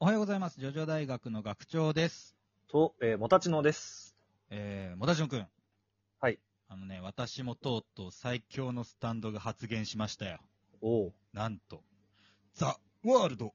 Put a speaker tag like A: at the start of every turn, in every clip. A: おはようございます。ジョジョ大学の学長です。
B: と、えー、もたちのです。
A: えー、もたじのくん。
B: はい。
A: あのね、私もとうとう最強のスタンドが発言しましたよ。
B: おお。
A: なんと、ザ・ワールド。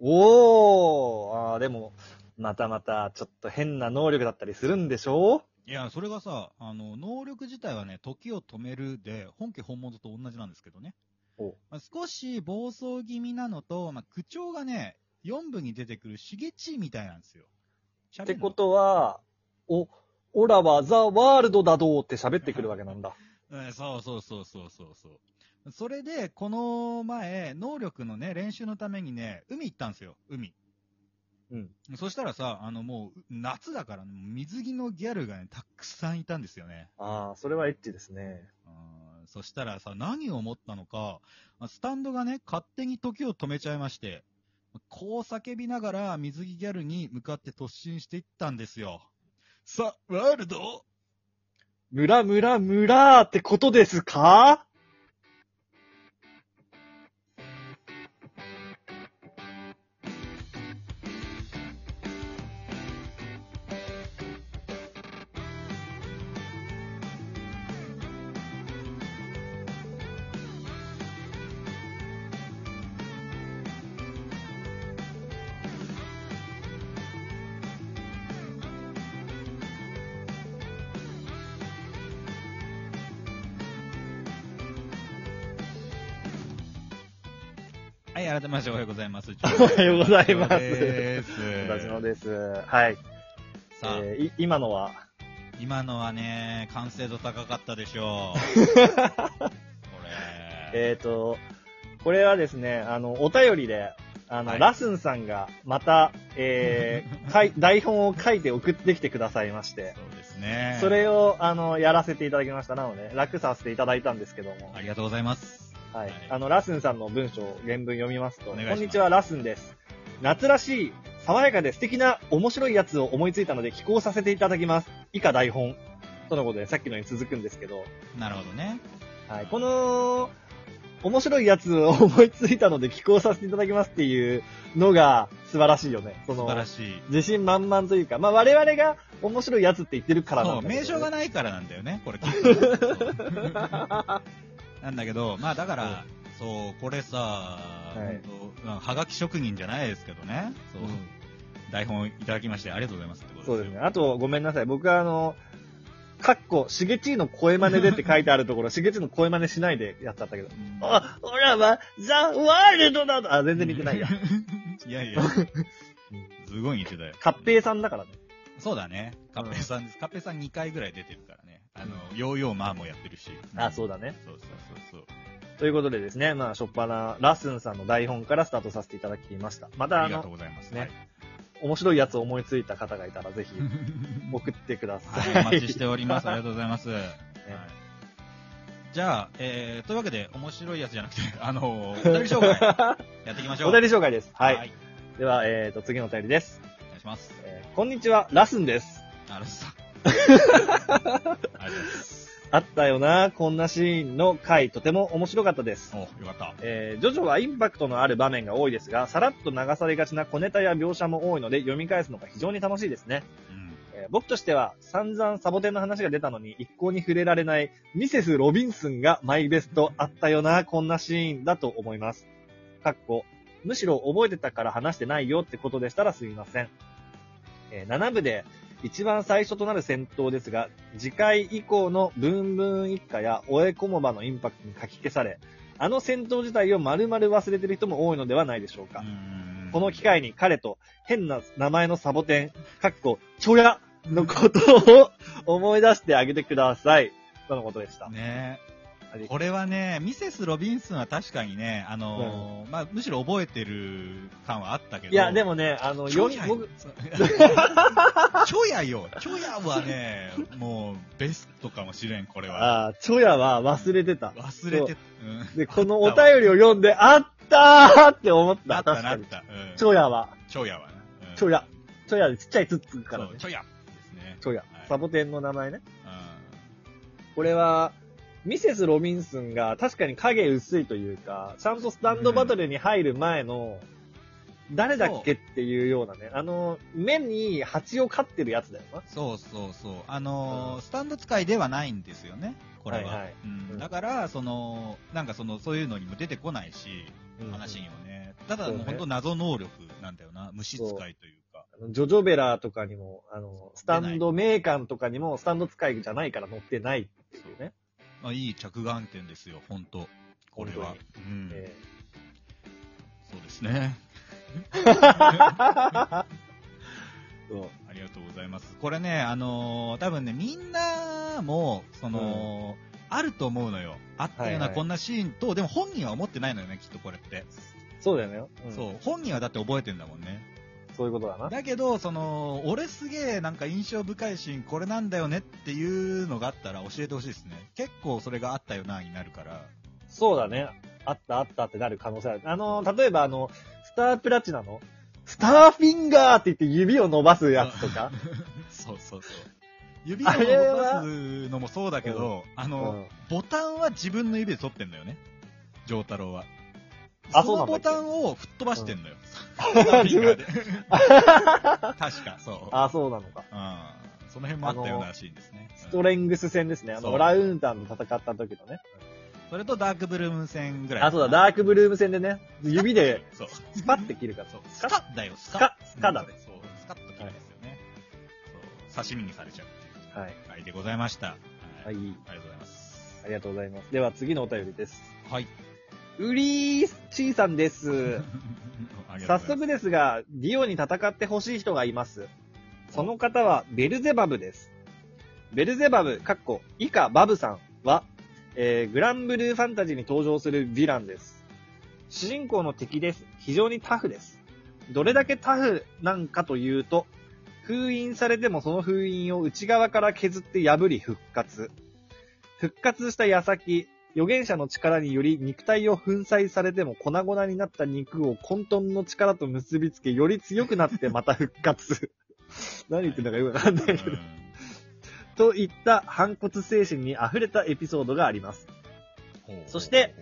B: おおあーでも、またまた、ちょっと変な能力だったりするんでしょ
A: いや、それがさ、あの、能力自体はね、時を止めるで、本家本物と同じなんですけどね。
B: お
A: まあ、少し暴走気味なのと、まあ、口調がね、4部に出てくるしげちみたいなんですよ。
B: っ
A: って
B: ことは、お、オラはザ・ワールドだどうって喋ってくるわけなんだ。
A: うんそうそうそうそうそうそう。それで、この前、能力のね、練習のためにね、海行ったんですよ、海。
B: うん。
A: そしたらさ、あのもう、夏だから、ね、水着のギャルがね、たくさんいたんですよね。
B: ああ、それはエッチですね。
A: うんそしたらさ、何を思ったのか、スタンドがね、勝手に時を止めちゃいまして、こう叫びながら水着ギャルに向かって突進していったんですよ。さ、ワールド
B: 村村村ってことですか
A: はい、改めましておはようございます。お
B: おはようございます。
A: です。
B: もたちのです。はい。
A: さあ、
B: えーい今のは、
A: 今のはね、完成度高かったでしょ う。これ。
B: えーと、これはですね、あの、お便りで、あの、
A: はい
B: ラスンさんが、また、え ー、かい、台本を書いて送ってきてくださいまして、
A: そうですね。
B: それを、あの、やらせていただきました。なので、楽させていただいたんですけども
A: あ、りがとうございます。
B: はい
A: はい。
B: あの、ラスンさんの文章を原文読みますと、
A: お
B: こん
A: 願いします
B: にちは、ラスンです。夏らしい、爽やかで素敵な、面白いやつを思いついたので、寄稿させていただきます。以下台本。とのことで、さっきのに続くんですけど、
A: なるほどね。
B: はい、この、面白いやつを 思いついたので寄稿させていただきますっていうのが素晴らしいよね。そ
A: 素
B: の
A: 晴らしい。
B: 自信満々というか、まあ我々が面白いやつって言ってるからな
A: そ
B: ん
A: う、
B: だけど、
A: 名称が
B: ね。
A: ないからなんだよね、 これきっとね。そうなんだけど、まあだから、そう、これさ、
B: い
A: 本当うんはがき職人じゃないですけどね。そう、台本いただきましてありがとうございますってこと
B: そうですね。
A: よ。
B: あと、ごめんなさい。僕はあの、かっこ、しげちの声真似でって書いてあると ころ、しげちの声真似しないでやっちゃったけど。
A: うん
B: あ、俺らは、ザ・ワールドだとあ、全然似てないや。。
A: いやい や。すごい似てたよ。
B: カッペイさんだからね。
A: そうだね。カッペイさんです。カッペイさん2回ぐらい出てるからね。あの、ヨーヨーマーもやってるし。
B: あ、そう
A: だ。
B: だね。
A: そうそうそうそう。
B: ということでですね、まあ、しょっぱな、ラスンさんの台本からスタートさせていただきました。また、
A: あ
B: あ
A: りがとうご
B: の、
A: ざいます。
B: ね
A: はい
B: 面白いやつを思いついた方がいたら、ぜひ、送ってください。
A: はい、お待ちしております。ありがとうござい ます。はい、じゃあ、えー、というわけで、面白いやつじゃ なくて、あのー、お便り紹介、やっていきましょう。
B: お便り紹介です。はい。
A: はい。
B: では、えーと、次のお便りです。
A: お願いします。
B: えーこんにちは、ラスンです。
A: あらさ。 ありがとうございます。
B: あったよな、こんなシーンの回、とても面白かったです。
A: お、よかった。
B: えージョジョはインパクトのある場面が多いですが、さらっと流されがちな小ネタや描写も多いので、読み返すのが非常に楽しいですね。
A: うん。
B: えー僕としては散々サボテンの話が出たのに一向に触れられないミセス・ロビンスンがマイベストあったよな、こんなシーンだと思います。かっこ、むしろ覚えてたから話してないよってことでしたらすみません。えー7部で一番最初となる戦闘ですが、次回以降のブンブン一家やオエコモバのインパクトにかき消され、あの戦闘自体を丸々忘れてる人も多いのではないでしょうか。
A: うん
B: この機会に彼と変な名前のサボテン、かっこ、チョヤのことを思い出してあげてください。とのことでした。
A: ねこれはね、ミセス・ロビンスンは確かにね、あのーまあ、むしろ覚えてる感はあったけど。
B: いや、でもね、あの、
A: ちょ
B: よ
A: やよ
B: 僕、。
A: ちょやよ。ちょやはね、もうベストかもしれん、これは。
B: ああ、チョヤは忘れてた。
A: 忘れて、
B: で、このお便りを読んで、あったーって思っ
A: うん。な
B: た。
A: った
B: 確
A: な
B: か
A: っ
B: に。
A: た。うん。
B: チョヤは、
A: ちょやはな。うん
B: チョヤ。チョヤでちっちゃいツッツーから
A: そ
B: ね
A: う。ちょやですね。
B: チョヤ
A: は。い
B: サボテンの名前ね。
A: う
B: これは、ミセス・ロビンスンが確かに影薄いというか、ちゃんとスタンドバトルに入る前の、誰だっけっていうようなね、あの、目に蜂を飼ってるやつだよな。
A: そうそうそう。あのー
B: うん
A: スタンド使いではないんですよね、これは。
B: はいはい
A: うん
B: うん
A: だから、その、なんかその、そういうのにも出てこないし、
B: うん
A: 話にはね。ただ、
B: そう
A: も
B: ね
A: う本当謎能力なんだよな。虫使いというか。
B: あのジョジョベラーとかにも、あの、スタンドメーカーとかにも、スタンド使いじゃないから乗ってないっていうね。
A: まあ、いい着眼点ですよ、本当これは
B: 本。
A: うん、
B: え
A: そうですね。
B: ーそう
A: ありがとうございます。これね、あのー多分ね、みんなも、その、あると思うのよ。あったよう
B: はい
A: な
B: はい
A: こんなシーンと、でも本人は思ってないのよね、きっとこれって。
B: そうだよね、うん
A: そう。本人はだって覚えてんだもんね。
B: そういうことだな。
A: だけど、その、俺すげえなんか印象深いシーン、これなんだよねっていうのがあったら教えてほしいですね。結構それがあったよな、になるから。
B: そうだね。あったあったってなる可能性ある。あの、例えばあの、スタープラチナの、スターフィンガーって言って指を伸ばすやつとか。
A: そうそうそう。指を動かすのもそうだけど、あの、
B: うん
A: ボタンは自分の指で取ってんだよね。丈太郎は。
B: あ
A: その
B: そうな
A: ボ
B: んだっ
A: タ
B: け
A: ンを吹っ飛ばしてんのよ。
B: 自分
A: 確か、そう。
B: あ、そうなのか。
A: うん。その辺もあったようなシーンですね。
B: ストレングス戦ですね。あ
A: そ
B: の、
A: う
B: オラウンタンと戦った時のね。
A: うんそれとダークブルーム戦ぐらい。
B: あ、そうだ、ダークブルーム戦でね、指で、
A: そう。
B: スパッて切るから。
A: そう。ス
B: ス
A: カ
B: カッ
A: ッだよ、スカッ。
B: スカスカだね
A: そう、スカッと切るんですよね。そう。刺身にされちゃうっていう。
B: はい。
A: はい、でございました。
B: はい。
A: ありがとうございます
B: あ。りがとうございます。では次のお便りです。
A: はい。
B: ウリーシーさんです。
A: あり がとうござ
B: 早
A: います
B: 速ですが、ディオに戦ってほしい人がいます。その方はベルゼバブです。ベルゼバブ、かっこ、以下バブさんは、えーグランブルーファンタジーに登場するヴィランです。主人公の敵です。非常にタフです。どれだけタフなんかというと、封印されてもその封印を内側から削って破り復活。復活した矢先、預言者の力により肉体を粉砕されても粉々になった肉を混沌の力と結びつけ、より強くなってまた復活。 何言ってんだかよくわかんないけど。といった反骨精神に溢れたエピソードがあります。
A: うんほう
B: そして、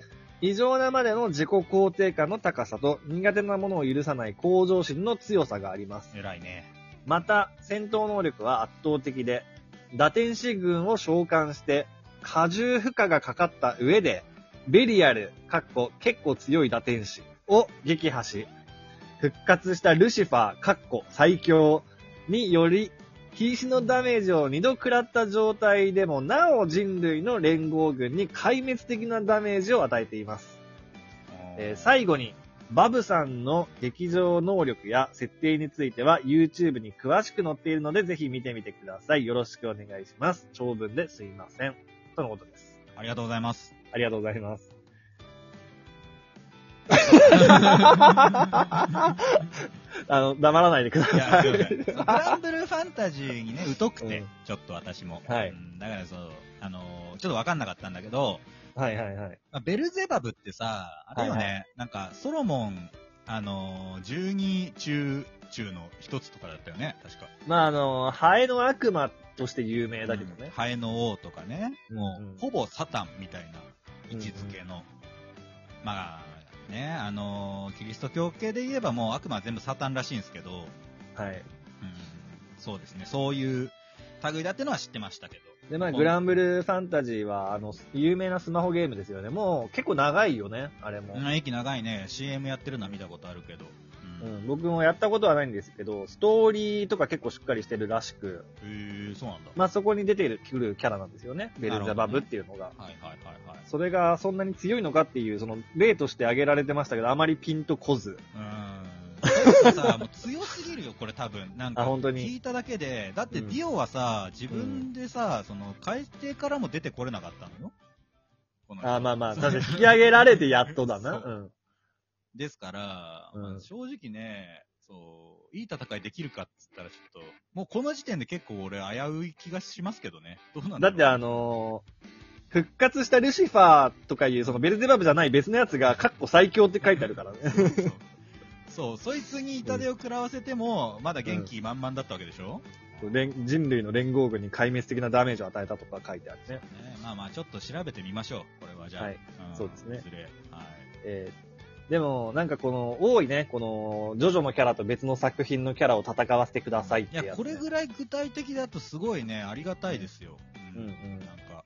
B: 異常なまでの自己肯定感の高さと苦手なものを許さない向上心の強さがあります。
A: 偉いね。
B: また、戦闘能力は圧倒的で、打天使軍を召喚して、荷重負荷がかかった上で、ベリアル、かっこ結構強い打天使を撃破し、復活したルシファー、かっこ最強により、瀕死のダメージを2度食らった状態でも、なお人類の連合軍に壊滅的なダメージを与えています。えー最後に、バブさんの劇場能力や設定については YouTube に詳しく載っているので、ぜひ見てみてください。よろしくお願いします。長文ですいません。とのことです。
A: ありがとうござい ます。
B: ありがとうございます。あの、黙らないでくだ
A: いや、
B: さ
A: すいませ
B: い。
A: んそうグランブルーファンタジーにね、疎くて、
B: うん
A: ちょっと私も。
B: はい
A: うんだからそう、あのーちょっとわかんなかったんだけど、
B: はいはいはい。
A: まあベルゼバブってさ、あれよね、
B: はい
A: なんか、ソロモン、あのー、12中、中の一つとかだったよね、確か。
B: まあ、あの、ハエの悪魔として有名だけど
A: うん
B: ね。
A: ハエの王とかね、もう、
B: うんうん
A: ほぼサタンみたいな位置づけの。まあ、ね、あのーキリスト教系で言えばもう悪魔は全部サタンらしいんですけど、
B: はい。
A: うんそうですね。そういう類だってのは知ってましたけど。
B: で、まあ、グランブルーファンタジーは、あの、有名なスマホゲームですよね。もう、結構長いよね、あれも。
A: うん、駅長いね。CM やってるのは見たことあるけど。う。
B: うん
A: へ
B: ん、僕もやったことはないんですけど、ストーリーとか結構しっかりしてるらしく、
A: えそうなんだ。
B: まあそこに出てるくるキャラなんですよね。ベルザバブっていうのが。
A: はいはいはいはい。
B: それがそんなに強いのかっていう、その例として挙げられてましたけど、あまりピンとこず。
A: うーん。さ、もう強すぎるよ、これ多分。なんか、
B: あ本当に
A: 聞いただけで。だって、
B: う
A: デ
B: ん
A: ィオはさ、自分でさ、その、海底からも出てこれなかったのよ。この人
B: あまあまあ、
A: そう
B: 確かに引き上げられてやっとだな。
A: そう
B: うん。
A: ですから、
B: うん
A: まあ正直ね、そう、いい戦いできるかっつったらちょっと、もうこの時点で結構俺危うい気がしますけどね。どうなん
B: だ
A: だ
B: ってあ
A: の、
B: のー復活したルシファーとかいう、そのベルゼバブじゃない別のやつが、かっこ最強って書いてあるからね。
A: そうそう、そいつに痛手を食らわせても、まだ元気満々だったわけでしょ、
B: 連人類の連合軍に壊滅的なダメージを与えたとか書いてあるね。
A: ねまあまあ、ちょっと調べてみましょう。これはじゃあ。
B: はい
A: ん
B: そうですね
A: いずれ。はい。
B: えでも、なんかこの、多いね、この、ジョジョのキャラと別の作品のキャラを戦わせてくださいっ
A: い
B: てやつ、ね。
A: や、これぐらい具体的だとすごいね、ありがたいですよ。
B: うんうん
A: なんか、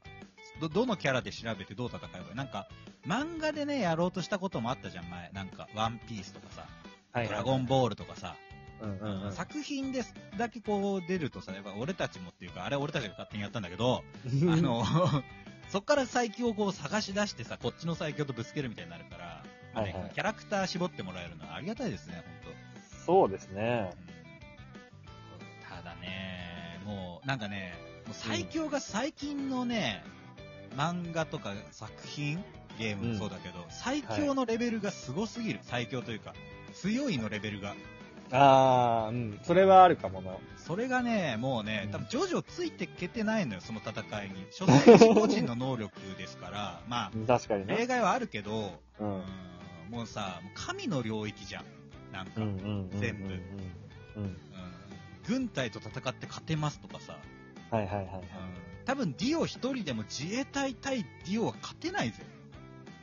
A: ど、どのキャラで調べてどう戦えばいいなんか、漫画でね、やろうとしたこともあったじゃん、前。なんか、ワンピースとかさ、
B: はい
A: ドラゴンボールとかさ、
B: うんうんうん。
A: 作品ですだけこう出るとさ、やっぱ俺たちもっていうか、あれ俺たちが勝手にやったんだけ ど、あの、 そっから最強をこう探し出してさ、こっちの最強とぶつけるみたいになるから、
B: はいはい
A: ねキャラクター絞ってもらえるのはありがたいですね、本当
B: そうですね。
A: ただね、もう、なんかね、もう最強が最近のね、漫画とか作品、ゲームもそうだけど、最強のレベルがすごすぎる。最強というか、強いのレベルが。
B: あー、うん。それはあるかもな。
A: それがね、もうね
B: う、ん
A: 多分ジョジョついてけてないのよ、その戦いに。所詮個々人の能力ですから、ま
B: 確か
A: あ、
B: に
A: 例
B: ね。
A: 外はあるけど、
B: う。
A: うんんもうさ、もう神の領域じゃん。なんか、
B: うんう
A: うん
B: んうんうん。
A: 全部
B: うん。うん。
A: 軍隊と戦って勝てますとかさ、
B: はいはいはい。
A: 多分ディオ一人でも自衛隊対ディオは勝てないぜ。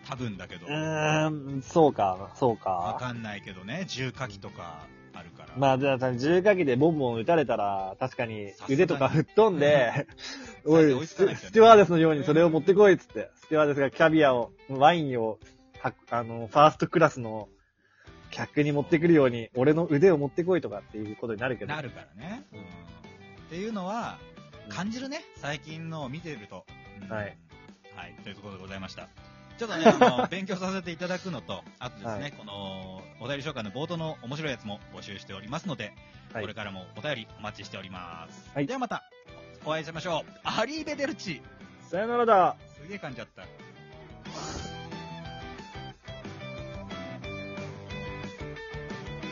A: 多分だけど。
B: うーん、そうか、そう
A: わ
B: か。
A: かんないけどね、重火器とかあるから。
B: まあ、じゃあ、銃火器でボンボン撃たれたら、確かに腕とか吹っ飛んで、
A: うん
B: お
A: 最後追
B: い、
A: い
B: ス
A: つかないですよね
B: スチュワーデスのようにそれを持ってこいっつって、スチュワーデスがキャビアを、ワインを、はあの、ファーストクラスの客に持ってくるように、俺の腕を持ってこいとかっていうことになるけど。
A: なるからね、
B: うん
A: っていうのは、
B: うん
A: 感じるね、最近のを見てると、うん
B: はい。
A: はい、ということでございました。ちょ っとね、あの、勉強させていただくのと、あとですね、
B: はい
A: この、お便り紹介の冒頭の面白いやつも募集しておりますので、
B: はい
A: これからもお便りお待ちしております。
B: はい
A: ではまた、お会いしましょう。アリーベデルチ
B: さよならだ。
A: すげえ噛んじゃった。